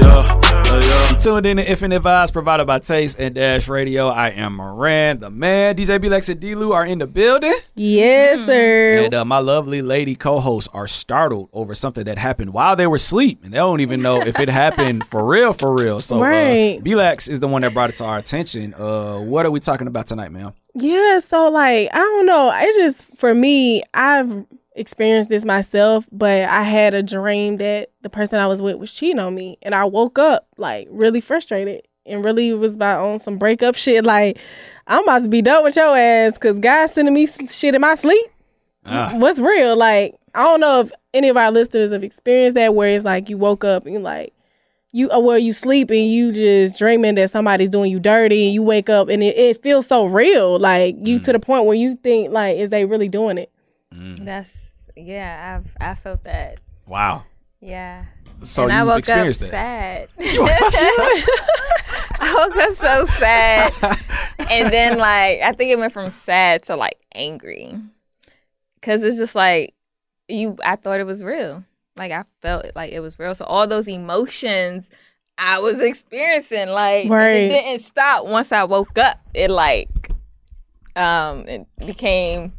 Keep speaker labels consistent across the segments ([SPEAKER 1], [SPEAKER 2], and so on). [SPEAKER 1] uh, uh,
[SPEAKER 2] tuned in to Infinite Vibes provided by Taste and Dash Radio. I am Moran, the man. DJ B-Lex and D-Lou are in the building.
[SPEAKER 3] Yes, sir.
[SPEAKER 2] And uh, my lovely lady co-hosts are startled over something that happened while they were asleep, and they don't even know if it happened for real, for real. So,
[SPEAKER 3] Right.
[SPEAKER 2] uh, Belax is the one that brought it to our attention. Uh, what are we talking about tonight, ma'am?
[SPEAKER 3] Yeah, so like I don't know. It's just for me, I've experienced this myself, but I had a dream that the person I was with was cheating on me, and I woke up like really frustrated and really was about on some breakup shit. Like I'm about to be done with your ass because God's sending me s- shit in my sleep.
[SPEAKER 2] Ah.
[SPEAKER 3] What's real? Like I don't know if any of our listeners have experienced that, where it's like you woke up and you're like you or where you sleep and you just dreaming that somebody's doing you dirty and you wake up and it, it feels so real like you
[SPEAKER 2] Mm.
[SPEAKER 3] to the point where you think like is they really doing it
[SPEAKER 4] That's yeah. I've I felt that.
[SPEAKER 2] Wow.
[SPEAKER 4] Yeah.
[SPEAKER 2] So
[SPEAKER 4] and
[SPEAKER 2] you
[SPEAKER 4] I woke up
[SPEAKER 2] experienced that.
[SPEAKER 4] sad. I woke up so sad, and then like I think it went from sad to like angry, because it's just like you. I thought it was real. Like I felt like it was real. So all those emotions I was experiencing, like and
[SPEAKER 3] Right.
[SPEAKER 4] it didn't stop once I woke up. It like um it became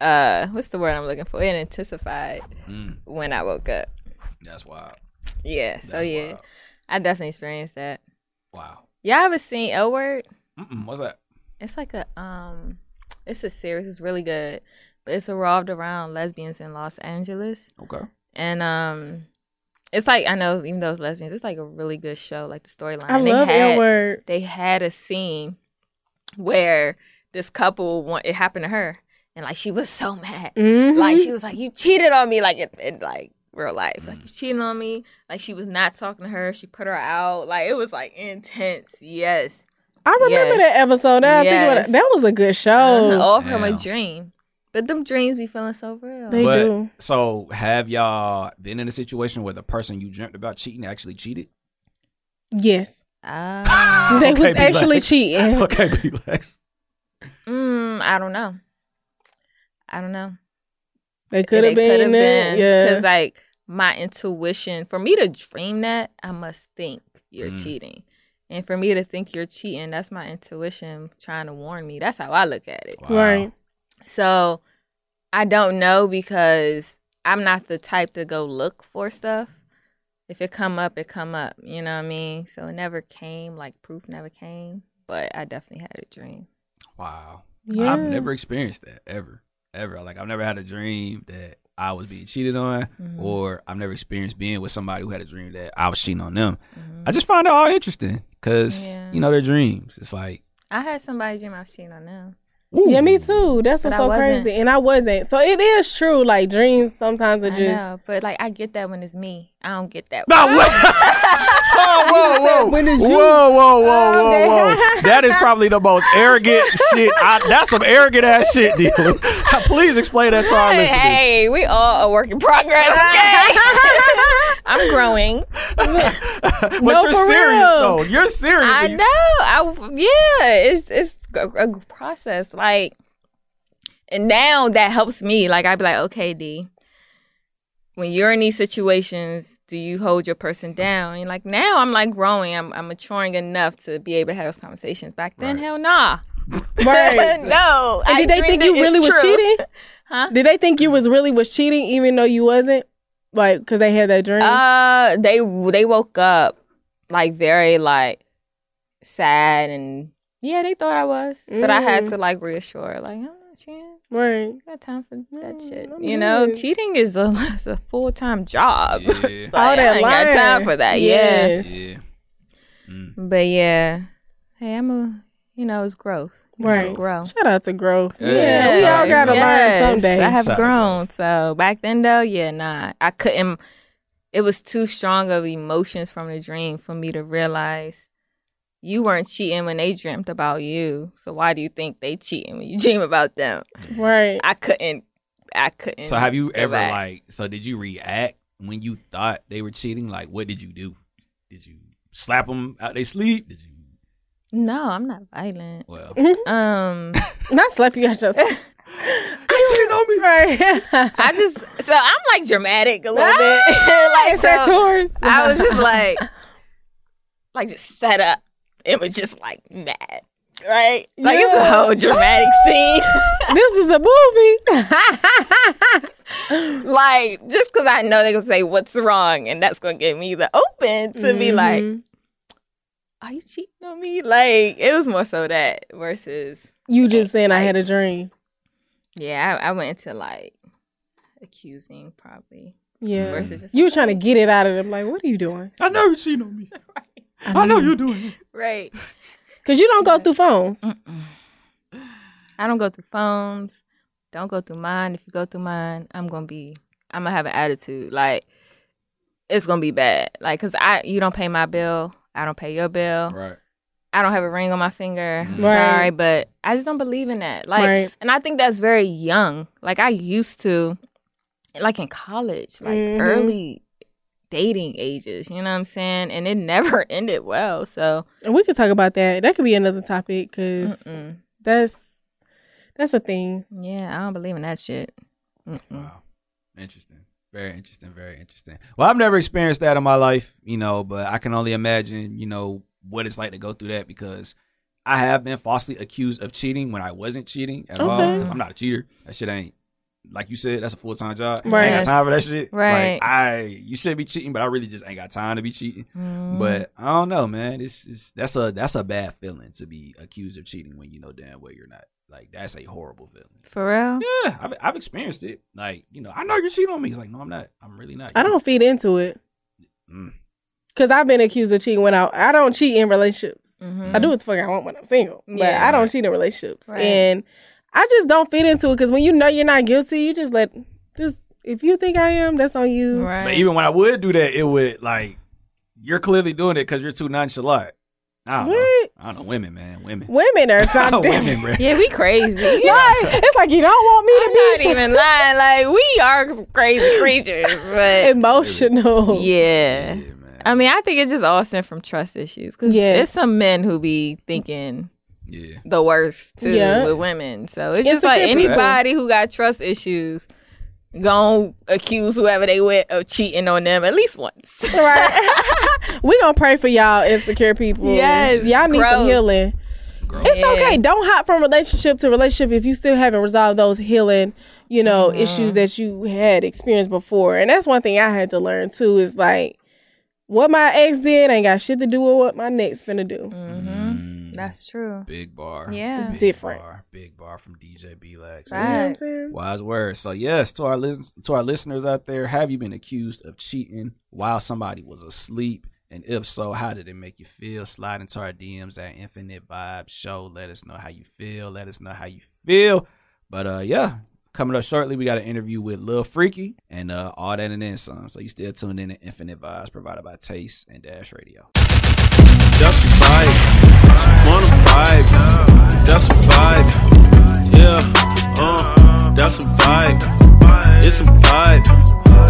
[SPEAKER 4] uh what's the word I'm looking for? It intensified
[SPEAKER 2] Mm,
[SPEAKER 4] when I woke up.
[SPEAKER 2] that's wild.
[SPEAKER 4] Yeah. so
[SPEAKER 2] That's
[SPEAKER 4] yeah,
[SPEAKER 2] wild.
[SPEAKER 4] I definitely experienced that.
[SPEAKER 2] Wow.
[SPEAKER 4] Y'all ever seen L Word?
[SPEAKER 2] Mm-mm, what's that?
[SPEAKER 4] It's like a um, it's a series. It's really good, but it's revolved around lesbians in Los Angeles,
[SPEAKER 2] Okay.
[SPEAKER 4] and um, it's like I know even though it's lesbians, it's like a really good show. Like the storyline.
[SPEAKER 3] i
[SPEAKER 4] They
[SPEAKER 3] love
[SPEAKER 4] had-
[SPEAKER 3] that word
[SPEAKER 4] They had a scene where this couple want it happened to her, and like she was so mad.
[SPEAKER 3] mm-hmm. Mm.
[SPEAKER 4] Like she was like, "You cheated on me!" Like in, in like real life, like you cheated on me. Like she was not talking to her. She put her out. Like it was like intense. Yes,
[SPEAKER 3] i remember
[SPEAKER 4] yes.
[SPEAKER 3] that episode now I think about it,
[SPEAKER 4] Yes.
[SPEAKER 3] that was a good show
[SPEAKER 4] uh, all from a
[SPEAKER 2] Damn.
[SPEAKER 4] dream. But them dreams be feeling so real.
[SPEAKER 3] They
[SPEAKER 2] but,
[SPEAKER 3] do.
[SPEAKER 2] So have y'all been in a situation where the person you dreamt about cheating actually cheated?
[SPEAKER 3] yes
[SPEAKER 4] Ah.
[SPEAKER 3] they was
[SPEAKER 2] Okay, be
[SPEAKER 3] actually
[SPEAKER 2] like-
[SPEAKER 3] cheating
[SPEAKER 2] okay, B-Lex.
[SPEAKER 4] mm, I don't know. I don't know.
[SPEAKER 3] they could have been, in it. yeah
[SPEAKER 4] Because like my intuition, for me to dream that, I must think you're
[SPEAKER 2] Mm.
[SPEAKER 4] cheating. And for me to think you're cheating, that's my intuition trying to warn me. That's how I look at it.
[SPEAKER 2] Wow.
[SPEAKER 3] right
[SPEAKER 4] So I don't know because I'm not the type to go look for stuff. If it come up, it come up. You know what I mean? So it never came, like proof never came. But I definitely had a dream.
[SPEAKER 2] Wow.
[SPEAKER 3] yeah
[SPEAKER 2] I've never experienced that ever, ever. Like I've never had a dream that I was being cheated on,
[SPEAKER 3] Mm-hmm.
[SPEAKER 4] Mhm.
[SPEAKER 2] or I've never experienced being with somebody who had a dream that I was cheating on them.
[SPEAKER 4] Mhm.
[SPEAKER 2] I just find it all interesting because
[SPEAKER 4] Yeah.
[SPEAKER 2] you know their dreams. It's like,
[SPEAKER 4] I had somebody dream I was cheating on them.
[SPEAKER 2] ooh.
[SPEAKER 3] yeah, me too. That's
[SPEAKER 4] But
[SPEAKER 3] what's
[SPEAKER 4] I
[SPEAKER 3] so
[SPEAKER 4] wasn't.
[SPEAKER 3] crazy, and I wasn't. So it is true. Like dreams sometimes are
[SPEAKER 4] I
[SPEAKER 3] just
[SPEAKER 4] know, but like I get that when it's me. I don't get that.
[SPEAKER 2] No, what? whoa, whoa, whoa.
[SPEAKER 3] when it's
[SPEAKER 2] whoa,
[SPEAKER 3] you.
[SPEAKER 2] whoa, whoa, whoa,
[SPEAKER 3] Okay.
[SPEAKER 2] whoa. That is probably the most arrogant shit. I, that's some arrogant ass shit, dealer. Please explain that to our
[SPEAKER 4] Hey,
[SPEAKER 2] listeners.
[SPEAKER 4] hey, we all a work in progress. Okay, I'm growing.
[SPEAKER 2] but
[SPEAKER 3] No,
[SPEAKER 2] you're
[SPEAKER 3] for
[SPEAKER 2] serious,
[SPEAKER 3] real.
[SPEAKER 2] though. You're serious.
[SPEAKER 4] I
[SPEAKER 2] when you-
[SPEAKER 4] know. I yeah. It's it's a, a process. Like, and now that helps me. Like I'd be like, okay, D. When you're in these situations, do you hold your person down? And like now, I'm like growing. I'm I'm maturing enough to be able to have those conversations. Back then,
[SPEAKER 2] Right.
[SPEAKER 4] hell nah.
[SPEAKER 3] right.
[SPEAKER 4] no.
[SPEAKER 3] And
[SPEAKER 4] I
[SPEAKER 3] did they think
[SPEAKER 4] dreamed it.
[SPEAKER 3] you
[SPEAKER 4] It's
[SPEAKER 3] really was
[SPEAKER 4] true.
[SPEAKER 3] cheating?
[SPEAKER 4] Huh?
[SPEAKER 3] Did they think you was really was cheating even though you wasn't? Like, cause they had that dream.
[SPEAKER 4] Uh, they they woke up like very like sad and yeah, they thought I was, but I had
[SPEAKER 3] Mm.
[SPEAKER 4] to like reassure like I'm not cheating.
[SPEAKER 3] right.
[SPEAKER 4] I got time for that
[SPEAKER 3] Mm,
[SPEAKER 4] shit.
[SPEAKER 3] I'm
[SPEAKER 4] You know,
[SPEAKER 3] good.
[SPEAKER 4] cheating is a is a full time job.
[SPEAKER 2] Yeah,
[SPEAKER 4] Like,
[SPEAKER 3] All that
[SPEAKER 4] I ain't got
[SPEAKER 3] lying.
[SPEAKER 4] time for that. Yeah.
[SPEAKER 3] Yes.
[SPEAKER 2] yeah. Mm.
[SPEAKER 4] But yeah, hey, I'm a you know it's growth. You gotta
[SPEAKER 3] Right.
[SPEAKER 4] Grow.
[SPEAKER 3] Shout out to growth.
[SPEAKER 2] Yeah.
[SPEAKER 3] Yeah, we all
[SPEAKER 2] Yes.
[SPEAKER 3] gotta learn
[SPEAKER 4] Yes,
[SPEAKER 3] someday.
[SPEAKER 4] I have
[SPEAKER 2] Shout out to
[SPEAKER 4] grown. So back then, though, yeah, nah, I couldn't. It was too strong of emotions from the dream for me to realize you weren't cheating when they dreamt about you. So why do you think they cheating when you dream about them?
[SPEAKER 3] right.
[SPEAKER 4] I couldn't. I couldn't.
[SPEAKER 2] So have you
[SPEAKER 4] go
[SPEAKER 2] ever
[SPEAKER 4] back.
[SPEAKER 2] like? So did you react when you thought they were cheating? Like, what did you do? Did you slap them out they sleep? Did you?
[SPEAKER 4] No, I'm not violent.
[SPEAKER 2] Well,
[SPEAKER 4] Um,
[SPEAKER 3] Not slap you at your
[SPEAKER 2] cheating on me.
[SPEAKER 3] right.
[SPEAKER 4] I just so I'm like dramatic a little bit.
[SPEAKER 3] Ah,
[SPEAKER 4] like
[SPEAKER 3] Is that
[SPEAKER 4] so
[SPEAKER 3] Taurus?
[SPEAKER 4] I was just like, like just set up and was just like mad. Right? Like it's a
[SPEAKER 3] Yeah.
[SPEAKER 4] whole dramatic scene.
[SPEAKER 3] this is a movie.
[SPEAKER 4] like, just cause I know they're gonna say what's wrong and that's gonna get me the open to be like,
[SPEAKER 3] Mhm.
[SPEAKER 4] Are you cheating on me? Like, it was more so that versus
[SPEAKER 3] you just saying I had a dream.
[SPEAKER 4] Yeah, I, I went into like accusing probably.
[SPEAKER 3] Yeah.
[SPEAKER 2] Versus-
[SPEAKER 4] just
[SPEAKER 3] Mm. You were trying to get it out of them. Like, what are you doing?
[SPEAKER 2] I know you're cheating on me.
[SPEAKER 4] "Oh,
[SPEAKER 2] I
[SPEAKER 3] Mm-hmm.
[SPEAKER 2] know you're doing it.
[SPEAKER 4] right.
[SPEAKER 3] Because you don't go through phones.
[SPEAKER 4] Mm-mm. I don't go through phones. Don't go through mine. If you go through mine, I'm gonna be. I'm gonna have an attitude. Like it's gonna be bad. Like cause I, you don't pay my bill. I don't pay your bill.
[SPEAKER 2] Right.
[SPEAKER 4] I don't have a ring on my finger. I'm
[SPEAKER 3] Right.
[SPEAKER 4] Sorry, but I just don't believe in that. Like,
[SPEAKER 3] right.
[SPEAKER 4] and I think that's very young. Like I used to, like in college, like
[SPEAKER 3] Mhm.
[SPEAKER 4] early dating ages. You know what I'm saying? And it never ended well. So
[SPEAKER 3] And we could talk about that. That could be another topic because
[SPEAKER 4] mm-mm.
[SPEAKER 3] that's that's a thing.
[SPEAKER 4] Yeah, I don't believe in that shit.
[SPEAKER 3] Mm.
[SPEAKER 4] Mm-mm.
[SPEAKER 2] Wow. Interesting. Very interesting. Very interesting. Well, I've never experienced that in my life, you know, but I can only imagine, you know, what it's like to go through that because I have been falsely accused of cheating when I wasn't cheating at all.
[SPEAKER 3] Okay.
[SPEAKER 2] 'cause I'm not a cheater. That shit ain't like you said. That's a full time job. I
[SPEAKER 3] Right.
[SPEAKER 2] ain't got time for that shit.
[SPEAKER 4] Right.
[SPEAKER 2] Like, I you should be cheating, but I really just ain't got time to be cheating.
[SPEAKER 3] Mm.
[SPEAKER 4] Mm.
[SPEAKER 2] But I don't know, man. It's, it's that's a that's a bad feeling to be accused of cheating when you know damn well you're not. Like that's a horrible feeling.
[SPEAKER 4] for real,
[SPEAKER 2] Yeah, I've, I've experienced it. Like, you know, I know you're cheating on me. He's like, no, I'm not. I'm really not.
[SPEAKER 3] I don't feed into it.
[SPEAKER 2] Mm.
[SPEAKER 3] Cause I've been accused of cheating when I I don't cheat in relationships. I
[SPEAKER 4] Mhm.
[SPEAKER 2] Mm.
[SPEAKER 3] do what the fuck I want when I'm single, but
[SPEAKER 4] Yeah.
[SPEAKER 3] I don't cheat in relationships,
[SPEAKER 4] Right.
[SPEAKER 3] and I just don't fit into it. Cause when you know you're not guilty, you just let just if you think I am, that's on you.
[SPEAKER 4] right?
[SPEAKER 2] But even when I would do that, it would like you're clearly doing it because you're too nonchalant. I don't know.
[SPEAKER 3] What
[SPEAKER 2] I don't know. Women, man, women,
[SPEAKER 3] women are something?
[SPEAKER 2] women, bro.
[SPEAKER 4] yeah, we crazy.
[SPEAKER 3] Like, it's like you don't want
[SPEAKER 4] I'm not
[SPEAKER 3] me to be
[SPEAKER 4] even lying. Like we are crazy creatures, but
[SPEAKER 3] emotional.
[SPEAKER 2] Yeah,
[SPEAKER 4] yeah. Um,
[SPEAKER 2] man.
[SPEAKER 4] I mean, I think it's just all stemmed from trust issues because
[SPEAKER 3] Yes.
[SPEAKER 4] it's some men who be thinking
[SPEAKER 2] yeah,
[SPEAKER 4] the worst too
[SPEAKER 3] Yeah.
[SPEAKER 4] with women. So it's,
[SPEAKER 3] It's
[SPEAKER 4] just like
[SPEAKER 3] different people.
[SPEAKER 4] anybody who got trust issues gonna accuse whoever they with of cheating on them at least once.
[SPEAKER 3] Right. we gonna pray for y'all insecure people.
[SPEAKER 4] Yes,
[SPEAKER 3] Y'all need some
[SPEAKER 4] growth.
[SPEAKER 3] healing.
[SPEAKER 2] girl.
[SPEAKER 3] It's
[SPEAKER 4] Yeah.
[SPEAKER 3] okay. Don't hop from relationship to relationship if you still haven't resolved those healing, you know,
[SPEAKER 4] Mm-hmm.
[SPEAKER 3] issues that you had experienced before. And that's one thing I had to learn too is like what my ex did ain't got shit to do with what my next finna do.
[SPEAKER 4] mm-hmm.
[SPEAKER 2] Mm,
[SPEAKER 4] That's true.
[SPEAKER 2] big bar.
[SPEAKER 4] Yeah. It's
[SPEAKER 2] Big
[SPEAKER 3] different.
[SPEAKER 2] Bar, big bar from DJ B-Lax.
[SPEAKER 3] You know what I'm
[SPEAKER 4] Mm, Facts.
[SPEAKER 3] saying?
[SPEAKER 2] Wise words. So yes, to our lis- to our listeners out there, have you been accused of cheating while somebody was asleep? And if so, how did it make you feel? Slide into our DMs at Infinite Vibe Show. Let us know how you feel. Let us know how you feel. But uh yeah, coming up shortly, we got an interview with Lil Freaky and uh all that and then some. So you still tuned in to Infinite Vibes provided by Taste and Dash Radio.
[SPEAKER 1] That's a vibe. Wanna vibe. That's a vibe. Yeah. Uh, that's a vibe. It's a vibe.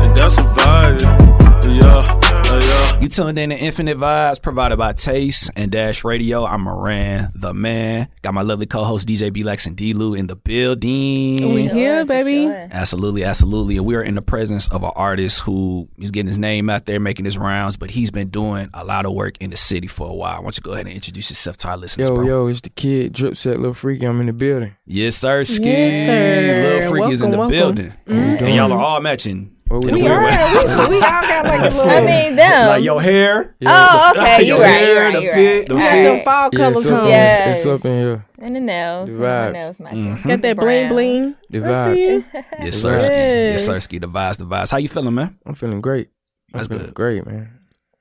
[SPEAKER 1] And that's a vibe. Yeah. Uh, yeah.
[SPEAKER 2] You tuned in to Infinite Vibes provided by Taste and Dash Radio. I'm Moran, the man. Got my lovely co-host DJ B Lex and D Lou in the building.
[SPEAKER 3] We here, baby.
[SPEAKER 2] Absolutely, absolutely. And we are in the presence of an artist who is getting his name out there, making his rounds, but he's been doing a lot of work in the city for a while. Why don't you go ahead and introduce yourself to our listeners,
[SPEAKER 5] Yo,
[SPEAKER 2] bro?
[SPEAKER 5] yo, it's the kid Drip Set Little Freaky. I'm in the building.
[SPEAKER 2] Yes, sir, Ski.
[SPEAKER 3] Yes, sir.
[SPEAKER 2] Lil Freaky is in the
[SPEAKER 3] Welcome, Mm-hmm. welcome.
[SPEAKER 2] building. And y'all are all matching.
[SPEAKER 5] What we
[SPEAKER 2] in a
[SPEAKER 5] doing?
[SPEAKER 3] We
[SPEAKER 2] weird
[SPEAKER 3] are.
[SPEAKER 2] way.
[SPEAKER 3] We, we all got like a little
[SPEAKER 4] I mean, them.
[SPEAKER 2] Like your hair.
[SPEAKER 4] Oh, okay.
[SPEAKER 2] Your
[SPEAKER 4] You right. You
[SPEAKER 2] hair,
[SPEAKER 4] right.
[SPEAKER 2] the
[SPEAKER 4] You
[SPEAKER 2] fit,
[SPEAKER 4] right.
[SPEAKER 2] the
[SPEAKER 4] All
[SPEAKER 2] fit.
[SPEAKER 3] them fall
[SPEAKER 5] Yeah, it's
[SPEAKER 3] colors
[SPEAKER 5] up,
[SPEAKER 3] home.
[SPEAKER 5] in-
[SPEAKER 4] Yeah.
[SPEAKER 5] it's up in here.
[SPEAKER 4] And the nails.
[SPEAKER 5] The
[SPEAKER 4] and The
[SPEAKER 5] vibes.
[SPEAKER 4] nails matching.
[SPEAKER 2] Mhm.
[SPEAKER 3] Got that bling
[SPEAKER 4] Brown.
[SPEAKER 3] bling.
[SPEAKER 5] The
[SPEAKER 3] I see
[SPEAKER 5] vibe.
[SPEAKER 3] it.
[SPEAKER 2] Yes, sir. Ski. Yes, sir. Ski. The vibes, the vibes. How you feeling, man?
[SPEAKER 5] I'm feeling great. I'm
[SPEAKER 2] That's
[SPEAKER 5] feeling
[SPEAKER 2] good.
[SPEAKER 5] great, man.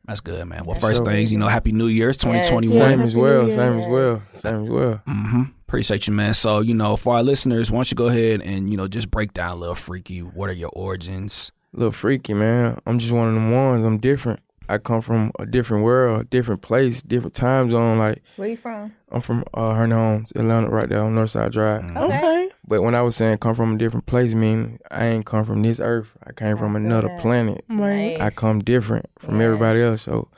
[SPEAKER 2] That's good, man. Well,
[SPEAKER 5] Yes,
[SPEAKER 2] first
[SPEAKER 5] sir.
[SPEAKER 2] things, you know, Happy New Year's, 2021.
[SPEAKER 3] Yeah,
[SPEAKER 5] Same as
[SPEAKER 3] happy New
[SPEAKER 5] well.
[SPEAKER 3] Year.
[SPEAKER 5] Same as well. Same as well.
[SPEAKER 2] Mm-hmm. Appreciate you, man. So, you know, for our listeners, why don't you go ahead and, you know, just break down Lil Freaky. What are your origins?
[SPEAKER 5] Little Freaky, man. I'm just one of them ones. I'm different. I come from a different world, different place, different time zone. Like
[SPEAKER 4] Where you from?
[SPEAKER 5] I'm from uh, Herndon Homes, Atlanta, right there on Northside Drive.
[SPEAKER 2] Mm.
[SPEAKER 3] Okay.
[SPEAKER 5] But when I was saying come from a different place, mean I ain't come from this earth. I came from
[SPEAKER 4] I feel
[SPEAKER 5] another
[SPEAKER 4] that.
[SPEAKER 5] planet.
[SPEAKER 3] Right.
[SPEAKER 5] I
[SPEAKER 4] Nice.
[SPEAKER 5] come different from
[SPEAKER 4] Yeah.
[SPEAKER 5] everybody else. So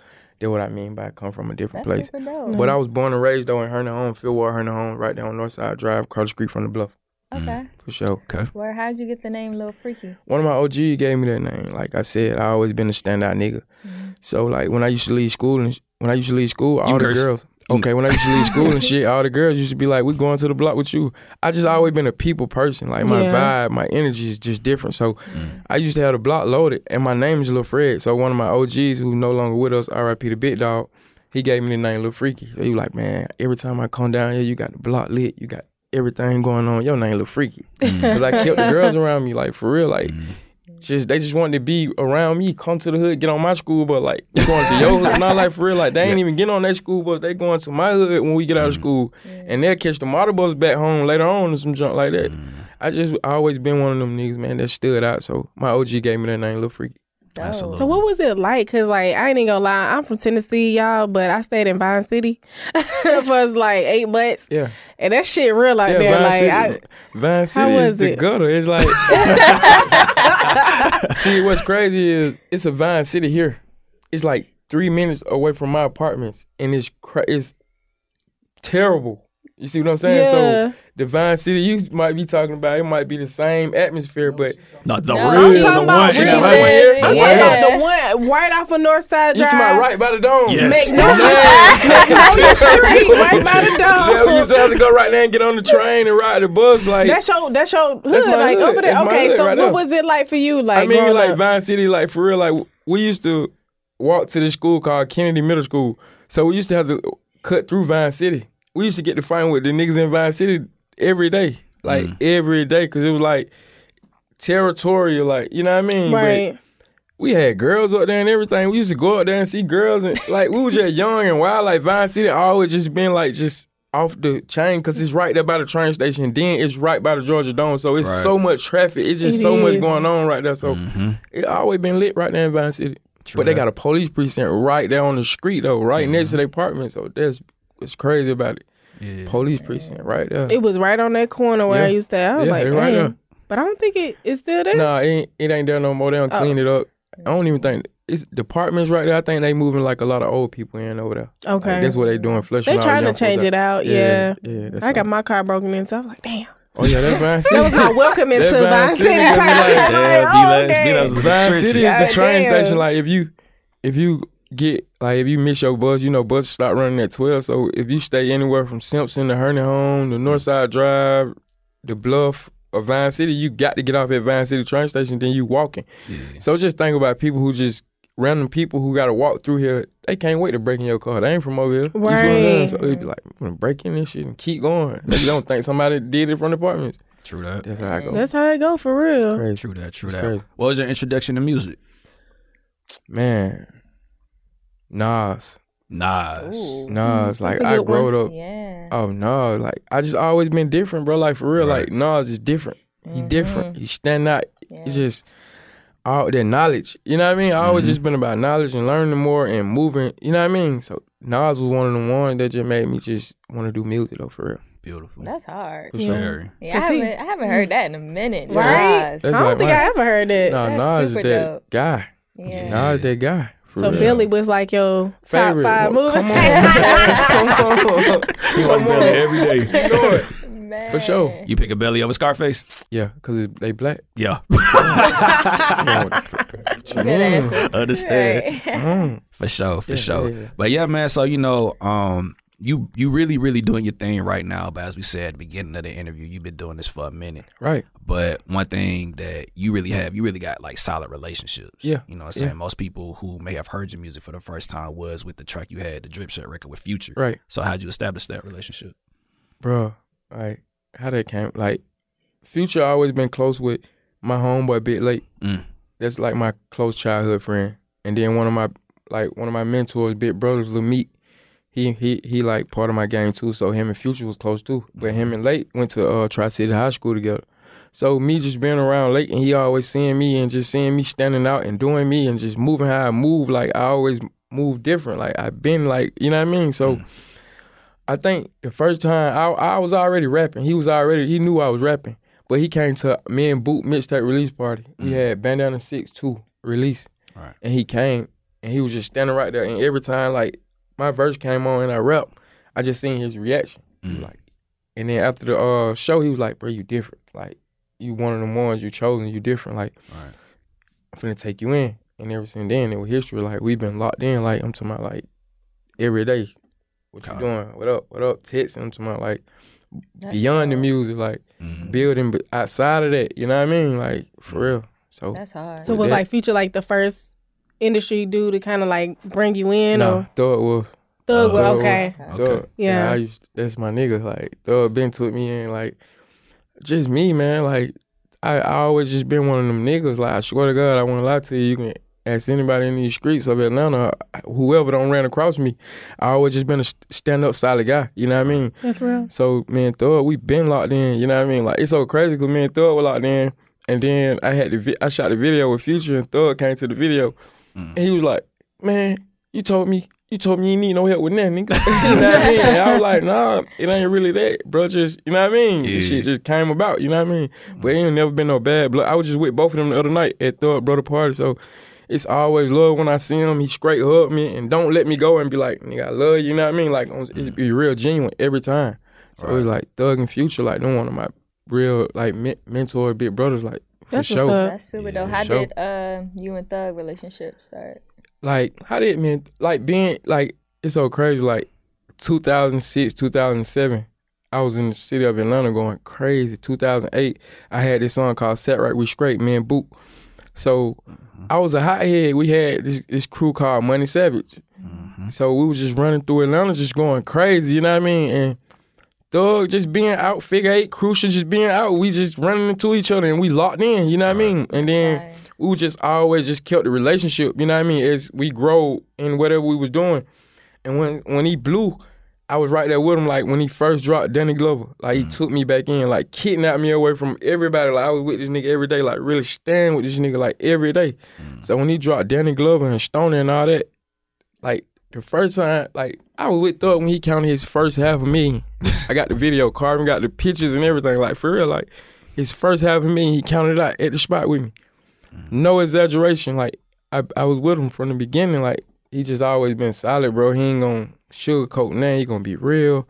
[SPEAKER 5] that's what I mean by come from a different
[SPEAKER 4] That's
[SPEAKER 5] place.
[SPEAKER 4] super dope.
[SPEAKER 5] But I was born and raised though in Herndon Home, Fieldwood Herndon Home, right down on Northside Drive, across the street from the bluff.
[SPEAKER 4] Okay.
[SPEAKER 5] for sure.
[SPEAKER 4] Where? How'd you get the name Lil Freaky?
[SPEAKER 5] One of my OG gave me that name. Like I said, I always been a standout nigga.
[SPEAKER 4] Mm-hmm.
[SPEAKER 5] So like when I used to leave school and sh- when I used to leave school, all
[SPEAKER 2] curse.
[SPEAKER 5] the girls. Okay, when I used to leave school and shit, all the girls used to be like, "We going to the block with you." I just always been a people person. Like my
[SPEAKER 3] Yeah.
[SPEAKER 5] vibe, my energy is just different. So I used to have the block loaded, and my name is Lil Fred. So one of my OGs who no longer with us, R.I.P. the Big Dog, he gave me the name Lil Freaky. So he was like, "Man, every time I come down here, you got the block lit, you got everything going on. Your name Lil Freaky." Cause I kept the girls around me, like for real, like just they just wanted to be around me, come to the hood, get on my school bus, like we going to your hood. Not like for real, like they ain't even getting on that school bus. They going to my hood when we get out of school, and they'll catch the model bus back home later on or some junk like that. I just I always been one of them niggas, man, that stood out. So my OG gave me that name, Lil Freaky.
[SPEAKER 2] That's a
[SPEAKER 4] Dope.
[SPEAKER 2] little-
[SPEAKER 3] So what was it like? Cause like I ain't even gonna lie, I'm from Tennessee, y'all, but I stayed in Vine City for like eight months,
[SPEAKER 5] Yeah,
[SPEAKER 3] and that shit real out
[SPEAKER 5] yeah.
[SPEAKER 3] there.
[SPEAKER 5] Vine City,
[SPEAKER 3] like
[SPEAKER 5] Vine City
[SPEAKER 3] was
[SPEAKER 5] is the
[SPEAKER 3] it?
[SPEAKER 5] gutter. It's like see what's crazy is it's a Vine City here. It's like three minutes away from my apartments, and it's cra- it's terrible. You see what I'm
[SPEAKER 3] I,
[SPEAKER 5] saying? So
[SPEAKER 3] yeah,
[SPEAKER 5] the Vine City you might be talking about, it might be the same atmosphere, but
[SPEAKER 2] No, the
[SPEAKER 4] No,
[SPEAKER 2] real,
[SPEAKER 4] I'm
[SPEAKER 2] the
[SPEAKER 3] talking
[SPEAKER 2] one.
[SPEAKER 3] about real.
[SPEAKER 2] the
[SPEAKER 5] Right
[SPEAKER 2] one.
[SPEAKER 5] here?
[SPEAKER 3] I'm
[SPEAKER 5] Yeah.
[SPEAKER 3] talking about the one right off of North Side
[SPEAKER 5] you
[SPEAKER 3] Drive.
[SPEAKER 5] to my right by the dome.
[SPEAKER 2] Yes.
[SPEAKER 3] on the street, right by the
[SPEAKER 5] Yeah, we used
[SPEAKER 3] dome.
[SPEAKER 5] to have to go right there and get on the train and ride the bus. Like
[SPEAKER 3] That's your that's your hood,
[SPEAKER 5] That's my
[SPEAKER 3] like
[SPEAKER 5] hood.
[SPEAKER 3] over there.
[SPEAKER 5] That's my
[SPEAKER 3] okay,
[SPEAKER 5] hood
[SPEAKER 3] so
[SPEAKER 5] right
[SPEAKER 3] what
[SPEAKER 5] there.
[SPEAKER 3] was it like for you? Like,
[SPEAKER 5] I mean,
[SPEAKER 3] growing
[SPEAKER 5] like
[SPEAKER 3] up?
[SPEAKER 5] Vine City, like for real, like we used to walk to this school called Kennedy Middle School. So we used to have to cut through Vine City. We used to get to fight with the niggas in Vine City every day, like every day, because it was like territorial, like you know what I mean. But
[SPEAKER 3] right?
[SPEAKER 5] we had girls up there and everything. We used to go up there and see girls, and like we was just young and wild. Like Vine City always just been like just off the chain because it's right there by the train station. Then it's right by the Georgia Dome, so it's
[SPEAKER 2] Right.
[SPEAKER 5] so much traffic. It's just
[SPEAKER 3] It is.
[SPEAKER 5] so
[SPEAKER 3] Mm-hmm.
[SPEAKER 5] much going on right there. So
[SPEAKER 2] Mm-hmm.
[SPEAKER 5] it always been lit right there in Vine City.
[SPEAKER 2] True
[SPEAKER 5] but they
[SPEAKER 2] that.
[SPEAKER 5] got a police precinct right there on the street though, right next to their apartment. So that's what's crazy about it.
[SPEAKER 2] Yeah.
[SPEAKER 5] Police precinct right there.
[SPEAKER 3] It was right on that corner where I
[SPEAKER 5] Yeah.
[SPEAKER 3] used to. I was
[SPEAKER 5] Yeah,
[SPEAKER 3] like,
[SPEAKER 5] it right
[SPEAKER 3] "Dang."
[SPEAKER 5] there.
[SPEAKER 3] but I don't think it is still there.
[SPEAKER 5] Nah, it ain't, it ain't there no more. They don't
[SPEAKER 3] Oh.
[SPEAKER 5] clean it up. I don't even think it's departments right there. I think they moving like a lot of old people in over there.
[SPEAKER 3] Okay,
[SPEAKER 5] Like, that's what they doing. Flushing.
[SPEAKER 3] they trying to change it out. Yeah,
[SPEAKER 5] yeah. that's
[SPEAKER 3] I got
[SPEAKER 5] all.
[SPEAKER 3] my car broken in, so I'm like, "Damn."
[SPEAKER 5] Oh yeah, that's Vine City.
[SPEAKER 3] That was my welcome into
[SPEAKER 5] That
[SPEAKER 3] Vine
[SPEAKER 5] Vine
[SPEAKER 3] City
[SPEAKER 5] City was
[SPEAKER 3] type
[SPEAKER 5] like,
[SPEAKER 3] shit.
[SPEAKER 5] "Damn,
[SPEAKER 3] Like, oh,
[SPEAKER 2] B-Labs,
[SPEAKER 3] dang.
[SPEAKER 2] B-Labs was the
[SPEAKER 5] Vine
[SPEAKER 2] trenches.
[SPEAKER 5] City is the
[SPEAKER 3] God
[SPEAKER 5] train
[SPEAKER 3] damn.
[SPEAKER 5] station. Like if you if you get like if you miss your bus, you know buses stop running at twelve. So if you stay anywhere from Simpson to Herney Home, the Northside Drive, the Bluff. Or Vine City, you got to get off at Vine City train station, then you walking. So just think about people who just random people who got to walk through here. They can't wait to break in your car. They ain't from over here. You see what I'm saying?
[SPEAKER 3] Right.
[SPEAKER 5] So they be like, I'm gonna break in this shit and keep going. They don't think somebody did it from the apartments.
[SPEAKER 2] True that.
[SPEAKER 5] That's how I go.
[SPEAKER 3] That's how it go for real.
[SPEAKER 5] crazy.
[SPEAKER 2] True that. True
[SPEAKER 5] It's
[SPEAKER 2] that.
[SPEAKER 5] crazy.
[SPEAKER 2] What was your introduction to music?
[SPEAKER 5] Man. Nas.
[SPEAKER 2] Nas.
[SPEAKER 4] Mm,
[SPEAKER 5] Nas. like
[SPEAKER 3] a
[SPEAKER 5] I
[SPEAKER 3] good
[SPEAKER 5] growed up.
[SPEAKER 4] Yeah.
[SPEAKER 5] Oh no. Like I just always been different, bro. Like for real.
[SPEAKER 2] Right.
[SPEAKER 5] Like Nas is different. He
[SPEAKER 4] Mm-hmm.
[SPEAKER 5] different. He stand out. It's just all that knowledge. You know what I mean? I always just been about knowledge and learning more and moving. You know what I mean? So Nas was one of the ones that just made me just want to do music though for real.
[SPEAKER 2] Beautiful.
[SPEAKER 4] That's hard.
[SPEAKER 5] For sure.
[SPEAKER 2] Very.
[SPEAKER 4] Yeah, I
[SPEAKER 3] 'Cause he-
[SPEAKER 4] haven't, I haven't heard that in a minute.
[SPEAKER 3] Right?
[SPEAKER 5] That's
[SPEAKER 3] I don't
[SPEAKER 5] like
[SPEAKER 3] think
[SPEAKER 5] mine.
[SPEAKER 3] I ever heard that.
[SPEAKER 5] Nah,
[SPEAKER 4] That's
[SPEAKER 5] Nas is
[SPEAKER 4] super
[SPEAKER 5] that
[SPEAKER 4] dope.
[SPEAKER 5] guy.
[SPEAKER 4] Nas. Yeah.
[SPEAKER 5] Nas is that guy. For
[SPEAKER 3] so
[SPEAKER 5] real.
[SPEAKER 3] Billy was like your
[SPEAKER 5] Favorite.
[SPEAKER 3] top five
[SPEAKER 5] Well,
[SPEAKER 3] movies.
[SPEAKER 5] Come on. come on.
[SPEAKER 2] He wants
[SPEAKER 5] Come on.
[SPEAKER 2] belly every day.
[SPEAKER 5] You know it.
[SPEAKER 4] Man.
[SPEAKER 5] For sure.
[SPEAKER 2] You pick a belly over Scarface?
[SPEAKER 5] Yeah, because they black.
[SPEAKER 2] Yeah.
[SPEAKER 4] eh?
[SPEAKER 5] Mm.
[SPEAKER 2] Understand.
[SPEAKER 5] Mm.
[SPEAKER 2] For sure, for
[SPEAKER 5] Yeah,
[SPEAKER 2] sure.
[SPEAKER 5] yeah, yeah.
[SPEAKER 2] But yeah, man. So you know, um, you you really really doing your thing right now. But as we said at the beginning of the interview, you've been doing this for a minute.
[SPEAKER 5] Right.
[SPEAKER 2] But one thing that you really have, you really got like solid relationships.
[SPEAKER 5] Yeah,
[SPEAKER 2] You know what I'm
[SPEAKER 5] yeah.
[SPEAKER 2] saying? Most people who may have heard your music for the first time was with the track you had, the Drip Shirt record with Future.
[SPEAKER 5] Right.
[SPEAKER 2] So how'd you establish that relationship?
[SPEAKER 5] Bro, like, how that came. Like, Future always been close with my homeboy Bit Late.
[SPEAKER 2] Mm.
[SPEAKER 5] That's like my close childhood friend. And then one of my, like, one of my mentors, Big Brothers, Lil Meat, he, he, he, like, part of my game too. So him and Future was close too. But him and Late went to uh, Tri City High School together. So me just being around Lake and he always seeing me and just seeing me standing out and doing me and just moving how I move. Like I always move different. Like I've been like, you know what I mean? So
[SPEAKER 2] Mm.
[SPEAKER 5] I think the first time I I was already rapping. He was already he knew I was rapping. But he came to me and Boot mixtape release party. We had Bandana Six Two release.
[SPEAKER 2] Mm. Right.
[SPEAKER 5] And he came and he was just standing right there. And every time like my verse came on and I rap, I just seen his reaction. He
[SPEAKER 2] Mm.
[SPEAKER 5] Like, And then after the uh, show, he was like, "Bro, you different. Like you one of them ones you chosen. You different. Like
[SPEAKER 2] Right.
[SPEAKER 5] I'm finna take you in." And ever since then, it was history. Like we've been locked in. Like I'm talking about like every day. What you
[SPEAKER 2] Kinda.
[SPEAKER 5] doing? What up? What up? Texting. I'm talking about like beyond the music. Like
[SPEAKER 2] Mhm.
[SPEAKER 5] building b- outside of that. You know what I mean? Like for real. So
[SPEAKER 4] That's hard.
[SPEAKER 3] So
[SPEAKER 5] With
[SPEAKER 3] was
[SPEAKER 5] that-
[SPEAKER 3] like Future like the first industry dude to kind of like bring you in
[SPEAKER 5] no, Uh,
[SPEAKER 3] or
[SPEAKER 5] thought was
[SPEAKER 3] Thug?
[SPEAKER 2] Thug
[SPEAKER 3] was
[SPEAKER 5] was-
[SPEAKER 3] okay,
[SPEAKER 2] Okay.
[SPEAKER 5] Thug.
[SPEAKER 3] Yeah.
[SPEAKER 5] Nah, I used, that's my nigga. Like Thug been took me in. Like just me, man. Like I, I always just been one of them niggas. Like I swear to God, I won't lie to you. You can ask anybody in these streets of Atlanta, whoever don't ran across me. I always just been a stand up solid guy. You know what I mean?
[SPEAKER 3] that's real.
[SPEAKER 5] So me and Thug, we been locked in. You know what I mean? Like it's so crazy because me and Thug were locked in, and then I had the vi- I shot the video with Future, and Thug came to the video,
[SPEAKER 2] Mm.
[SPEAKER 5] and he was like, "Man, you told me." You told me you need no help with nothing, nigga. you know what I mean? And I was like, nah, it ain't really that, bro. Just, you know what I mean? This
[SPEAKER 2] Yeah.
[SPEAKER 5] shit just came about, you know what I mean? But it ain't never been no bad blood. I was just with both of them the other night at Thug Brother Party, so it's always love when I see him. He straight hug me and don't let me go and be like, nigga, I love you. You know what I mean? Like, on- it be real genuine every time. So it's like Thug and Future, like, they one of my real, like, me- mentor, big brothers, like, for
[SPEAKER 3] That's what's
[SPEAKER 5] sure.
[SPEAKER 3] up.
[SPEAKER 4] That's super
[SPEAKER 2] Yeah,
[SPEAKER 4] dope.
[SPEAKER 2] for
[SPEAKER 4] How
[SPEAKER 5] sure.
[SPEAKER 4] did uh, you and Thug relationship start?
[SPEAKER 5] Like, how did, man, like, being, like, it's so crazy. Like, 2006, 2007, I was in the city of Atlanta going crazy. 2008, I had this song called Set Right, We Straight, man, boot. So I was a hothead. We had this, this crew called Money Savage. So we was just running through Atlanta, just going crazy, you know what I mean? And Thug just being out, figure eight, crucial, just being out. We just running into each other and we locked in, you know what I mean? And then
[SPEAKER 4] Right.
[SPEAKER 5] we was just always just kept the relationship, you know what I mean? As we grow in whatever we was doing. And when when he blew, I was right there with him. Like when he first dropped Danny Glover, like he took me back in, like kidnapped me away from everybody. Like I was with this nigga every day, like really staying with this nigga like every day. So when he dropped Danny Glover and Stoner and all that, like the first time, like I was with Thug when he counted his first half of me. I got the video, Carvin got the pictures and everything. Like for real, like his first half of me, he counted out at the spot with me. No exaggeration. Like I, I was with him from the beginning. Like he just always been solid, bro. He ain't gonna sugarcoat nothing. He gonna be real,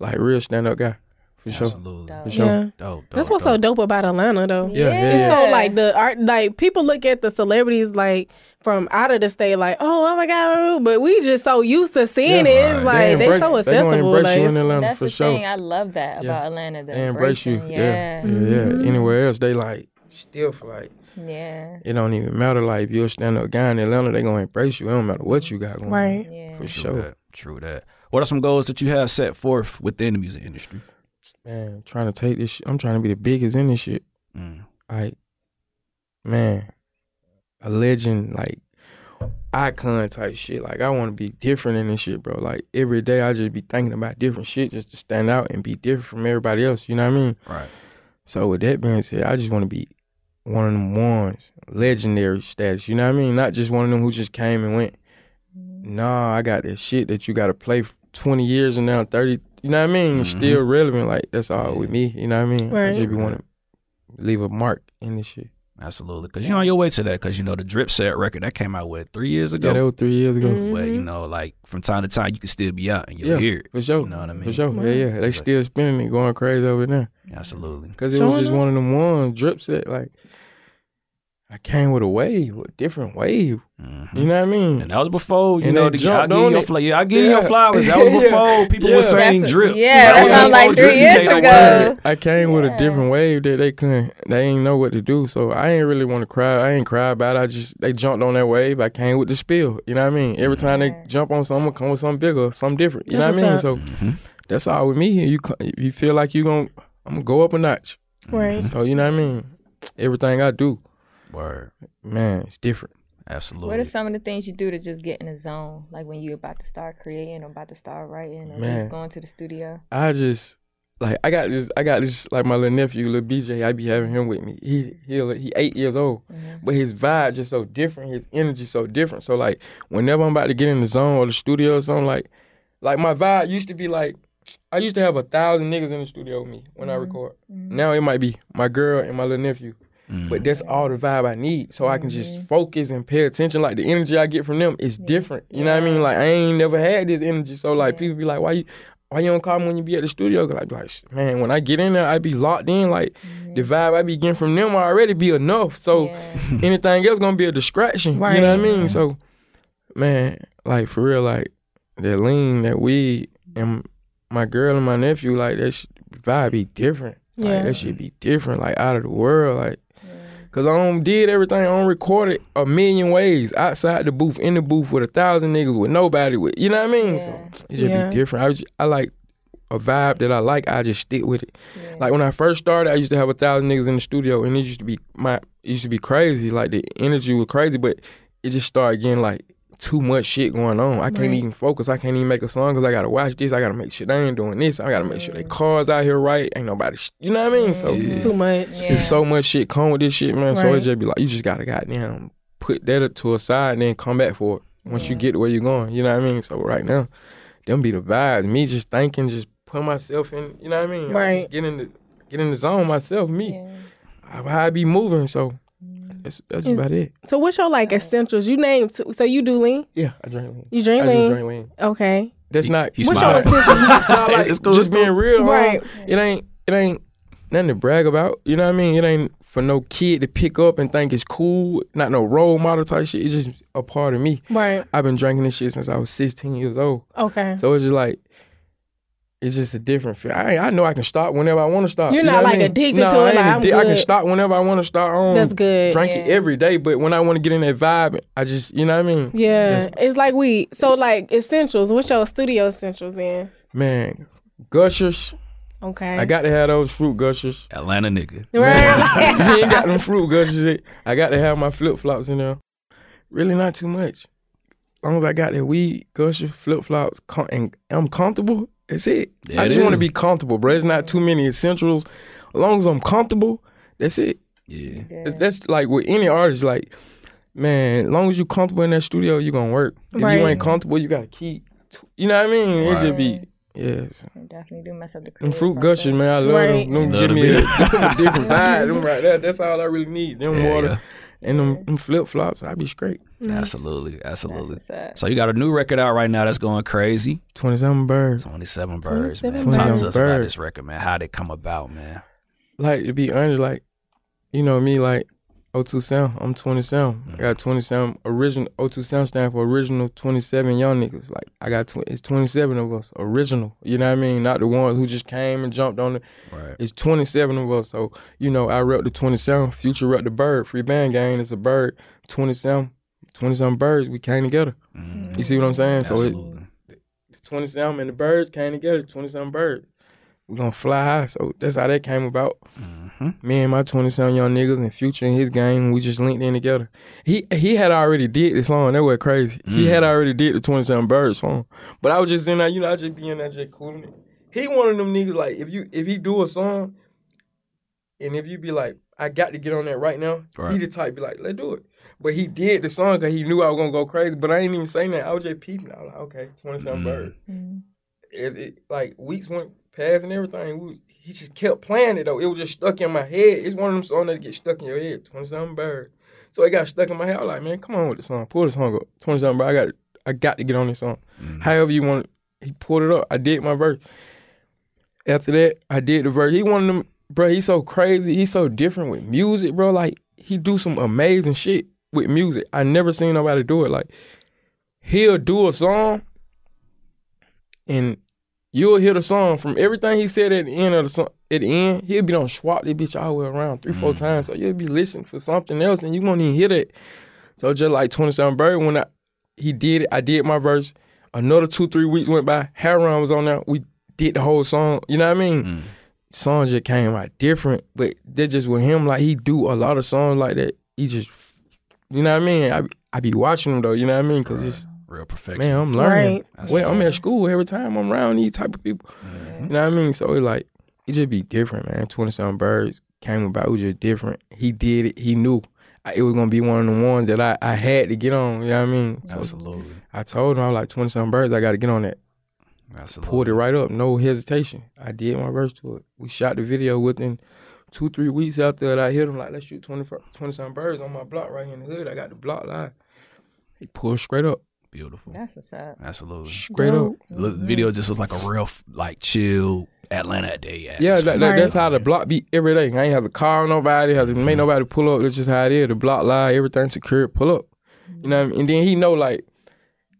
[SPEAKER 5] like real stand up guy for sure.
[SPEAKER 2] Absolutely.
[SPEAKER 4] Dope.
[SPEAKER 5] For sure.
[SPEAKER 3] Yeah,
[SPEAKER 2] Dope, dope,
[SPEAKER 3] that's what's so
[SPEAKER 2] dope.
[SPEAKER 3] dope about Atlanta though.
[SPEAKER 5] Yeah, yeah,
[SPEAKER 3] It's
[SPEAKER 5] yeah.
[SPEAKER 3] so like the art, like people look at the celebrities like from out of the state, like oh, oh my god, but we just so used to seeing
[SPEAKER 5] Yeah.
[SPEAKER 3] it.
[SPEAKER 2] Right.
[SPEAKER 3] It's
[SPEAKER 5] They
[SPEAKER 3] like they,
[SPEAKER 5] embrace-
[SPEAKER 3] so
[SPEAKER 5] they gonna
[SPEAKER 3] accessible.
[SPEAKER 5] embrace
[SPEAKER 3] like,
[SPEAKER 5] you
[SPEAKER 3] it's-
[SPEAKER 5] in Atlanta
[SPEAKER 4] That's
[SPEAKER 5] for
[SPEAKER 4] the
[SPEAKER 5] sure.
[SPEAKER 4] thing I love that
[SPEAKER 5] Yeah.
[SPEAKER 4] about Atlanta. The
[SPEAKER 5] they embrace you.
[SPEAKER 4] embracing.
[SPEAKER 5] Yeah.
[SPEAKER 4] Yeah.
[SPEAKER 5] Yeah. yeah. Anywhere else, they like stiff. Like
[SPEAKER 4] Yeah.
[SPEAKER 5] it don't even matter. Like if you're a stand up guy in Atlanta, they gonna embrace you. It don't matter what you got going. on.
[SPEAKER 3] Right.
[SPEAKER 4] Yeah.
[SPEAKER 5] Mm-hmm. For
[SPEAKER 2] True
[SPEAKER 5] sure.
[SPEAKER 2] that. True that. What are some goals that you have set forth within the music industry?
[SPEAKER 5] Man, trying to take this. Shit. I'm trying to be the biggest in this shit.
[SPEAKER 2] Mm.
[SPEAKER 5] Like, man, a legend. Like icon type shit. Like I want to be different in this shit, bro. Like every day I just be thinking about different shit just to stand out and be different from everybody else. You know what I mean?
[SPEAKER 2] Right.
[SPEAKER 5] So with that being said, I just want to be one of them ones, legendary status. You know what I mean? Not just one of them who just came and went.
[SPEAKER 3] Mm-hmm.
[SPEAKER 5] Nah, I got that shit that you got to play f- twenty years and now thirty. You know what I mean?
[SPEAKER 2] Mm-hmm.
[SPEAKER 5] Still relevant. Like that's all with me. You know what I mean? I
[SPEAKER 3] Right.
[SPEAKER 5] just be want to leave a mark in this shit.
[SPEAKER 2] Absolutely. Because you're on your way to that. Because, you know, the Drip Set record that came out, what, three years ago?
[SPEAKER 5] Yeah, that was three years ago.
[SPEAKER 4] Mm-hmm.
[SPEAKER 3] Mhm.
[SPEAKER 2] But, you know, like from time to time, you can still be out and you'll
[SPEAKER 5] Yeah.
[SPEAKER 2] hear it.
[SPEAKER 5] For sure.
[SPEAKER 2] You know what I mean?
[SPEAKER 5] For sure. Yeah, yeah. They still spinning it, going crazy over there.
[SPEAKER 2] Absolutely.
[SPEAKER 5] Cause it
[SPEAKER 3] Showing
[SPEAKER 5] was just
[SPEAKER 3] up.
[SPEAKER 5] one of them ones drip set. Like I came with a wave, a different wave.
[SPEAKER 2] Mhm.
[SPEAKER 5] You know what I mean?
[SPEAKER 2] And that was before, you
[SPEAKER 5] Mm-hmm. And
[SPEAKER 2] know,
[SPEAKER 5] they
[SPEAKER 2] the, I
[SPEAKER 5] jumped
[SPEAKER 2] give you
[SPEAKER 5] on
[SPEAKER 2] your
[SPEAKER 5] it.
[SPEAKER 2] flowers. I give you your
[SPEAKER 5] Yeah.
[SPEAKER 2] flowers. That was
[SPEAKER 5] Yeah.
[SPEAKER 2] before people
[SPEAKER 5] Yeah.
[SPEAKER 2] were saying
[SPEAKER 4] That's-
[SPEAKER 2] drip.
[SPEAKER 4] yeah,
[SPEAKER 2] That was
[SPEAKER 5] that's what
[SPEAKER 2] before
[SPEAKER 5] I'm like,
[SPEAKER 2] drip
[SPEAKER 5] three
[SPEAKER 2] became
[SPEAKER 4] years
[SPEAKER 2] the
[SPEAKER 4] ago.
[SPEAKER 2] word.
[SPEAKER 4] Uh,
[SPEAKER 5] I came with a
[SPEAKER 4] yeah.
[SPEAKER 5] different wave that they couldn't, they ain't know what to do. So I ain't really want to cry. I ain't cry about it. I just, they jumped on that wave. I came with the spill. You know what I mean? Every time they jump on something, come with something bigger, something different. You
[SPEAKER 3] That's
[SPEAKER 5] know what I mean?
[SPEAKER 3] what's
[SPEAKER 5] So
[SPEAKER 2] Mm-hmm.
[SPEAKER 5] that's all with me here. You, co- if you feel like you going to, I'm going to go up a notch.
[SPEAKER 3] Right.
[SPEAKER 5] So you know what I mean? Everything I do,
[SPEAKER 2] Word.
[SPEAKER 5] man, it's different.
[SPEAKER 2] Absolutely.
[SPEAKER 4] What are some of the things you do to just get in the zone? Like when you're about to start creating or about to start writing or
[SPEAKER 5] Man.
[SPEAKER 4] just going to the studio?
[SPEAKER 5] I just like I got this I got this like my little nephew, little BJ, I be having him with me. He he he eight years old.
[SPEAKER 4] Mm-hmm.
[SPEAKER 5] But his vibe just so different, his energy so different. So like whenever I'm about to get in the zone or the studio or something, like like my vibe used to be like I used to have a thousand niggas in the studio with me when I record. Now it might be my girl and my little nephew.
[SPEAKER 2] Mm.
[SPEAKER 5] But that's all the vibe I need. So I can just focus and pay attention. Like the energy I get from them is different. You know what I mean? Like I ain't never had this energy. So like people be like, why you why you don't call me when you be at the studio? Cause I be like, "Sh- man, when I get in there, I be locked in. Like the vibe I be getting from them already be enough. So
[SPEAKER 4] Mm-hmm. Yeah.
[SPEAKER 5] anything else gonna be a distraction. You
[SPEAKER 3] Right.
[SPEAKER 5] know what I mean? So, man, like for real, like that lean, that weed, and my girl and my nephew, like that sh- vibe be different. Mm-hmm. Like
[SPEAKER 3] Yeah.
[SPEAKER 5] that shit be different. Like out of the world. Like, cause I don't did everything. I don't recorded a million ways outside the booth, in the booth with a thousand niggas, with nobody with. You know what I mean? So it just
[SPEAKER 3] Yeah.
[SPEAKER 5] be different. I was ju- I like. A vibe that I like, I just stick with it. Like when I first started, I used to have a thousand niggas in the studio, and it used to be my, it used to be crazy. Like the energy was crazy, but it just started getting like too much shit going on. I can't even focus. I can't even make a song because I gotta watch this. I gotta make sure they ain't doing this. I gotta make sure they cars out here right. Ain't nobody, sh- you know what I mean? So
[SPEAKER 3] Too much.
[SPEAKER 4] Yeah.
[SPEAKER 5] it's so much shit come with this shit, man. So
[SPEAKER 3] Right.
[SPEAKER 5] it just be like you just gotta goddamn put that to a side and then come back for it once you get to where you're going. You know what I mean? So right now, them be the vibes. Me just thinking, just put myself in. You know what I mean? Like,
[SPEAKER 3] Right.
[SPEAKER 5] Just get in the get in the zone myself. Me,
[SPEAKER 4] Yeah.
[SPEAKER 5] how I be moving. So
[SPEAKER 3] Mm.
[SPEAKER 5] that's that's
[SPEAKER 3] Is-
[SPEAKER 5] about it.
[SPEAKER 3] So what's your like essentials? You name two. So you do lean.
[SPEAKER 5] Yeah, I drink. lean.
[SPEAKER 3] You drink
[SPEAKER 5] I do
[SPEAKER 3] lean.
[SPEAKER 5] drink lean.
[SPEAKER 3] Okay.
[SPEAKER 5] That's not.
[SPEAKER 2] He
[SPEAKER 3] What's
[SPEAKER 2] smiled.
[SPEAKER 3] your essentials?
[SPEAKER 5] Nah, like,
[SPEAKER 2] It's cool,
[SPEAKER 5] just
[SPEAKER 2] it's cool.
[SPEAKER 5] being real, homie.
[SPEAKER 3] Right.
[SPEAKER 5] It ain't it ain't nothing to brag about. You know what I mean? It ain't for no kid to pick up and think it's cool. Not no role model type shit. It's just a part of me.
[SPEAKER 3] right.
[SPEAKER 5] I've been drinking this shit since I was 16 years old.
[SPEAKER 3] Okay.
[SPEAKER 5] So it's just like. It's just a different feel. I, ain't- I know I can stop whenever I want to stop.
[SPEAKER 3] You're
[SPEAKER 5] You know
[SPEAKER 3] not,
[SPEAKER 5] what I
[SPEAKER 3] like,
[SPEAKER 5] mean?
[SPEAKER 3] addicted
[SPEAKER 5] Nah,
[SPEAKER 3] to it,
[SPEAKER 5] I ain't
[SPEAKER 3] like, I'm
[SPEAKER 5] addic- I can
[SPEAKER 3] good.
[SPEAKER 5] stop whenever I want to stop. I don't
[SPEAKER 3] That's good.
[SPEAKER 5] Drink it every day, but when I want to get in that vibe, I just you know what I mean.
[SPEAKER 3] Yeah, it's like weed. So like essentials. What's your studio essentials then?
[SPEAKER 5] Man, gushers.
[SPEAKER 3] Okay.
[SPEAKER 5] I got to have those fruit gushers.
[SPEAKER 2] Atlanta nigga.
[SPEAKER 3] right.
[SPEAKER 5] you ain't got them fruit gushers. yet. I got to have my flip flops in there. Really, not too much. As long as I got that weed, gusher, flip flops, com- and I'm comfortable, that's it.
[SPEAKER 2] There
[SPEAKER 5] I
[SPEAKER 2] it
[SPEAKER 5] just want to
[SPEAKER 2] is.
[SPEAKER 5] be comfortable, bro. There's not too many essentials. As long as I'm comfortable, that's it.
[SPEAKER 2] Yeah.
[SPEAKER 5] That's, that's like with any artist, like, man, as long as you're comfortable in that studio, you're going to work. If you
[SPEAKER 3] Right.
[SPEAKER 5] ain't comfortable, you got to keep, you know what I mean? It just be, yeah. so.
[SPEAKER 4] Definitely do mess up the
[SPEAKER 5] Them
[SPEAKER 4] creative
[SPEAKER 5] fruit
[SPEAKER 4] process.
[SPEAKER 5] gushers, man, I love
[SPEAKER 3] Right.
[SPEAKER 5] them. Them
[SPEAKER 2] Love
[SPEAKER 5] give
[SPEAKER 2] the
[SPEAKER 5] me a, them a different vibe. Them right there, that's all I really need. Them
[SPEAKER 2] Yeah,
[SPEAKER 5] water
[SPEAKER 4] Mm-hmm.
[SPEAKER 5] and them, them flip flops, I be straight.
[SPEAKER 2] Absolutely. Absolutely.
[SPEAKER 4] What's up?
[SPEAKER 2] So you got a new record out right now that's going crazy.
[SPEAKER 5] Twenty something birds.
[SPEAKER 2] 27 Birds,
[SPEAKER 3] 27
[SPEAKER 2] man. Talk
[SPEAKER 5] Birds.
[SPEAKER 2] to us about
[SPEAKER 5] 27
[SPEAKER 2] this record, man. How they come about, man.
[SPEAKER 5] Like to be honest, like you know me, like O2 sound. I'm 20 sound. I got 20 sound. Original O2 sound stand for original 27 young niggas. Like I got tw- it's 27 of us original. You know what I mean? Not the ones who just came and jumped on it.
[SPEAKER 2] Right.
[SPEAKER 5] It's 27 of us. So, you know, I rep the 27. Future rep the bird. Free band gang is a bird. 27, 27 birds. We came together. You see what I'm saying? So,
[SPEAKER 2] Mm-hmm. Absolutely.
[SPEAKER 5] it, 27 and the birds came together. 27 birds. We're going to fly high. So, that's how that came about.
[SPEAKER 2] Mm-hmm.
[SPEAKER 5] Me and my 27 young niggas and Future and his gang, we just linked in together. He he had already did this song. That was crazy. He
[SPEAKER 2] Mm.
[SPEAKER 5] had already did the 27 birds song. But I was just in there, you know, I just be in there just cooling it. He one of them niggas, like, if you if he do a song, and if you be like, I got to get on that right now, he
[SPEAKER 2] Right.
[SPEAKER 5] the type be like, let's do it. But he did the song because he knew I was gonna go crazy. But I ain't even saying that. I was just peeping. I was like, okay, twenty something
[SPEAKER 2] Mm.
[SPEAKER 5] birds.
[SPEAKER 4] Mm-hmm.
[SPEAKER 5] As it like weeks went past and everything, we, he just kept playing it though. It was just stuck in my head. It's one of them songs that get stuck in your head. Twenty something birds. So it got stuck in my head. I was like, man, come on with the song. Pull the song up. Twenty something birds. I got I got to get on this song. However you want. it. He pulled it up. I did my verse. After that, I did the verse. He one of them, bro. He's so crazy. He's so different with music, bro. Like he do some amazing shit with music. I never seen nobody do it. Like he'll do a song, and you'll hear the song from everything he said at the end of the song. At the end, he'll be on swap that bitch all the way around three, four times. So you'll be listening for something else, and you won't even hear that. So just like Twenty Seven Bird, when I he did it, I did my verse. Another two, three weeks went by. Harron was on there. We did the whole song. You know what I mean?
[SPEAKER 2] Mm.
[SPEAKER 5] Songs just came out different, but that just with him. Like he do a lot of songs like that. He just, you know what I mean? I I be watching him though. You know what I mean? Cause it's
[SPEAKER 2] Real perfection.
[SPEAKER 5] man, I'm learning.
[SPEAKER 3] Right.
[SPEAKER 2] That's
[SPEAKER 5] Well, I'm
[SPEAKER 2] right.
[SPEAKER 5] at school every time I'm around these type of people. You know what I mean? So it's like it just be different, man. Twenty something birds came about. It was just different. He did it. He knew I, it was gonna be one of the ones that I, I had to get on. You know what I mean? So
[SPEAKER 2] Absolutely.
[SPEAKER 5] I told him I was like twenty something birds. I got to get on that.
[SPEAKER 2] Absolutely.
[SPEAKER 5] Pulled it right up, no hesitation. I did my verse to it. We shot the video within two three weeks after that. I hit him like let's shoot 20 something birds on my block right here in the hood. I got the block live. He pulled straight up.
[SPEAKER 2] beautiful.
[SPEAKER 4] That's what's up.
[SPEAKER 2] Absolutely.
[SPEAKER 5] Straight up.
[SPEAKER 2] Look, The video just was like a real, f- like chill Atlanta day.
[SPEAKER 5] Yeah, that, that,
[SPEAKER 3] Right.
[SPEAKER 5] that's how the block be every day. I ain't have to call nobody, have to make nobody pull up. That's just how it is. The block line, everything secure, pull up. You know what I mean? And then he know like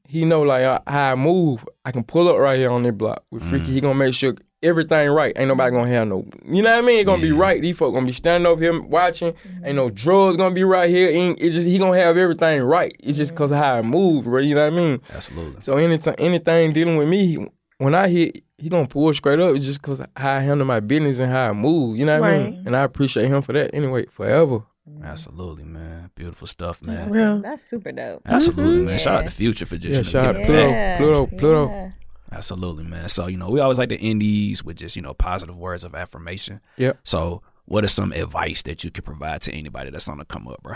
[SPEAKER 5] he know like uh, how I move. I can pull up right here on this block with Freaky. He gonna make sure everything right. Ain't nobody gonna have no you know what I mean? It gonna be
[SPEAKER 2] Yeah.
[SPEAKER 5] right. These folk gonna be standing over here watching. Ain't no drugs gonna be right here. Ain't it's just he gonna have everything right. It's just cause of how I move, bro. You know what I mean?
[SPEAKER 2] Absolutely.
[SPEAKER 5] So anything, anything dealing with me, when I hit, he gonna pull straight up. It's just cause how I handle my business and how I move. You know what I
[SPEAKER 3] Right.
[SPEAKER 5] mean? And I appreciate him for that. Anyway, forever.
[SPEAKER 2] Absolutely, man. Beautiful stuff, man.
[SPEAKER 3] That's real.
[SPEAKER 4] That's super dope.
[SPEAKER 2] Absolutely, man.
[SPEAKER 4] Mhm.
[SPEAKER 2] Shout out
[SPEAKER 4] Yeah.
[SPEAKER 2] to Future for just you
[SPEAKER 5] Yeah,
[SPEAKER 2] know,
[SPEAKER 5] shout out
[SPEAKER 2] getting
[SPEAKER 5] to
[SPEAKER 2] back.
[SPEAKER 5] Pluto, Pluto, Pluto.
[SPEAKER 4] Yeah.
[SPEAKER 2] Absolutely, man. So, you know, we always like to end these with just, you know, positive words of affirmation.
[SPEAKER 5] Yep.
[SPEAKER 2] So, what is some advice that you could provide to anybody that's on the come up, bro?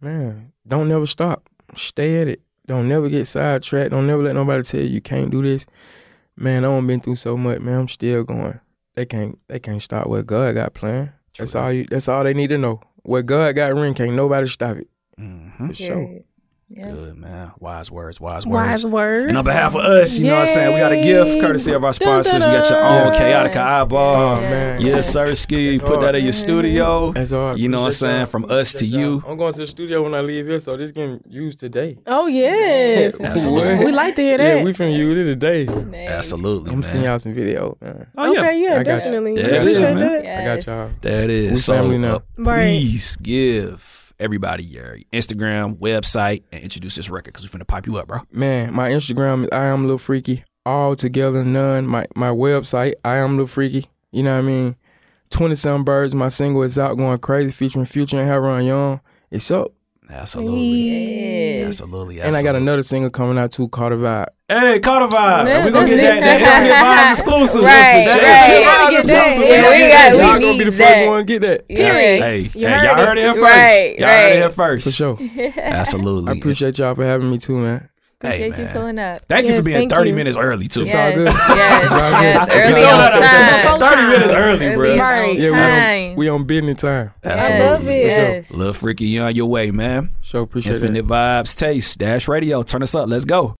[SPEAKER 5] Man, don't never stop. Stay at it. Don't never get sidetracked. Don't never let nobody tell you you can't do this. Man, I done been through so much. Man, I'm still going. They can't. They can't stop what God got planned. That's
[SPEAKER 2] True.
[SPEAKER 5] all you. That's all they need to know. What God got ring can't nobody stop it.
[SPEAKER 2] Mm-hmm.
[SPEAKER 5] For sure.
[SPEAKER 4] Period. Yeah.
[SPEAKER 2] Good, man. Wise words, wise words.
[SPEAKER 3] Wise words.
[SPEAKER 2] And on behalf of us, you know what I'm saying? We got a gift
[SPEAKER 3] Yay.
[SPEAKER 2] courtesy of our
[SPEAKER 3] Dun,
[SPEAKER 2] sponsors. We
[SPEAKER 3] dun,
[SPEAKER 2] got your own
[SPEAKER 5] dun.
[SPEAKER 2] Chaotica Eyeball.
[SPEAKER 5] Oh, man.
[SPEAKER 2] Yes, sir, Ski.
[SPEAKER 5] That's
[SPEAKER 2] Put that
[SPEAKER 5] hard.
[SPEAKER 2] in your studio.
[SPEAKER 5] That's all.
[SPEAKER 2] You know what I'm
[SPEAKER 5] Appreciate
[SPEAKER 2] saying?
[SPEAKER 5] y'all.
[SPEAKER 2] From us to
[SPEAKER 5] Appreciate y'all.
[SPEAKER 2] you.
[SPEAKER 5] I'm going to the studio when I leave here, so this getting used today.
[SPEAKER 3] Oh yes.
[SPEAKER 2] Absolutely.
[SPEAKER 3] we like to hear that.
[SPEAKER 5] Yeah, we finna use it today. I'm
[SPEAKER 4] Nice.
[SPEAKER 2] Absolutely,
[SPEAKER 5] gonna send
[SPEAKER 2] man.
[SPEAKER 5] y'all some video. Man.
[SPEAKER 2] Oh, yeah.
[SPEAKER 3] okay, yeah,
[SPEAKER 5] I got you.
[SPEAKER 3] definitely.
[SPEAKER 2] There
[SPEAKER 5] it is,
[SPEAKER 3] Appreciate
[SPEAKER 2] man.
[SPEAKER 3] that.
[SPEAKER 5] I
[SPEAKER 4] Yes.
[SPEAKER 5] got y'all.
[SPEAKER 2] That is
[SPEAKER 5] We
[SPEAKER 2] so.
[SPEAKER 5] family now.
[SPEAKER 2] uh,
[SPEAKER 3] Right.
[SPEAKER 2] please give everybody your Instagram, website, and introduce this record because we're finna pipe you up, bro.
[SPEAKER 5] Man, my Instagram is I am Lil Freaky. All together, none. My my website, I am Lil Freaky. You know what I mean? 20 some birds, my single is out going crazy, featuring Future and Heron Young. It's up.
[SPEAKER 2] Absolutely.
[SPEAKER 4] Yes.
[SPEAKER 2] Absolutely.
[SPEAKER 5] And I got
[SPEAKER 2] absolutely.
[SPEAKER 5] another single coming out too called a vibe.
[SPEAKER 2] Hey, Carter Vibe.
[SPEAKER 3] Yeah,
[SPEAKER 2] we going to
[SPEAKER 3] that's
[SPEAKER 2] get that, that
[SPEAKER 3] it.
[SPEAKER 2] Ambient Vibes exclusive.
[SPEAKER 4] Right,
[SPEAKER 2] That
[SPEAKER 4] right.
[SPEAKER 2] Ambient Vibes exclusive.
[SPEAKER 3] We gotta get that.
[SPEAKER 2] We
[SPEAKER 4] Yeah, we
[SPEAKER 2] gonna get
[SPEAKER 4] got-
[SPEAKER 5] y'all
[SPEAKER 2] that.
[SPEAKER 4] we
[SPEAKER 5] gonna be the
[SPEAKER 4] need
[SPEAKER 5] first
[SPEAKER 4] that.
[SPEAKER 5] one to get that.
[SPEAKER 2] That's-
[SPEAKER 4] Period.
[SPEAKER 2] Hey, hey,
[SPEAKER 3] You heard
[SPEAKER 2] y'all
[SPEAKER 3] it.
[SPEAKER 2] heard it here first.
[SPEAKER 4] Right,
[SPEAKER 2] y'all heard it here
[SPEAKER 4] right.
[SPEAKER 2] first.
[SPEAKER 5] For sure.
[SPEAKER 2] Absolutely.
[SPEAKER 5] I appreciate y'all for having me too, man.
[SPEAKER 2] Hey,
[SPEAKER 4] Appreciate you
[SPEAKER 2] man.
[SPEAKER 4] pulling up.
[SPEAKER 2] Thank you
[SPEAKER 3] Yes,
[SPEAKER 2] for being
[SPEAKER 3] thank
[SPEAKER 2] 30
[SPEAKER 3] you.
[SPEAKER 2] minutes early, too.
[SPEAKER 5] all
[SPEAKER 4] yes,
[SPEAKER 5] good.
[SPEAKER 4] yes,
[SPEAKER 5] It's all good.
[SPEAKER 4] yes.
[SPEAKER 5] It's
[SPEAKER 4] Early
[SPEAKER 5] all
[SPEAKER 4] on
[SPEAKER 5] good.
[SPEAKER 4] time.
[SPEAKER 2] 30 minutes early,
[SPEAKER 4] Early
[SPEAKER 2] bro.
[SPEAKER 4] on
[SPEAKER 3] Right.
[SPEAKER 5] Yeah, we on,
[SPEAKER 4] time.
[SPEAKER 5] some, we on business time.
[SPEAKER 3] I love
[SPEAKER 2] Absolutely.
[SPEAKER 3] it.
[SPEAKER 4] Yes.
[SPEAKER 2] Lil Freaky, you on your way, man.
[SPEAKER 5] Sure, appreciate it.
[SPEAKER 2] Infinite Vibes Taste Dash Radio. Turn us up. Let's go.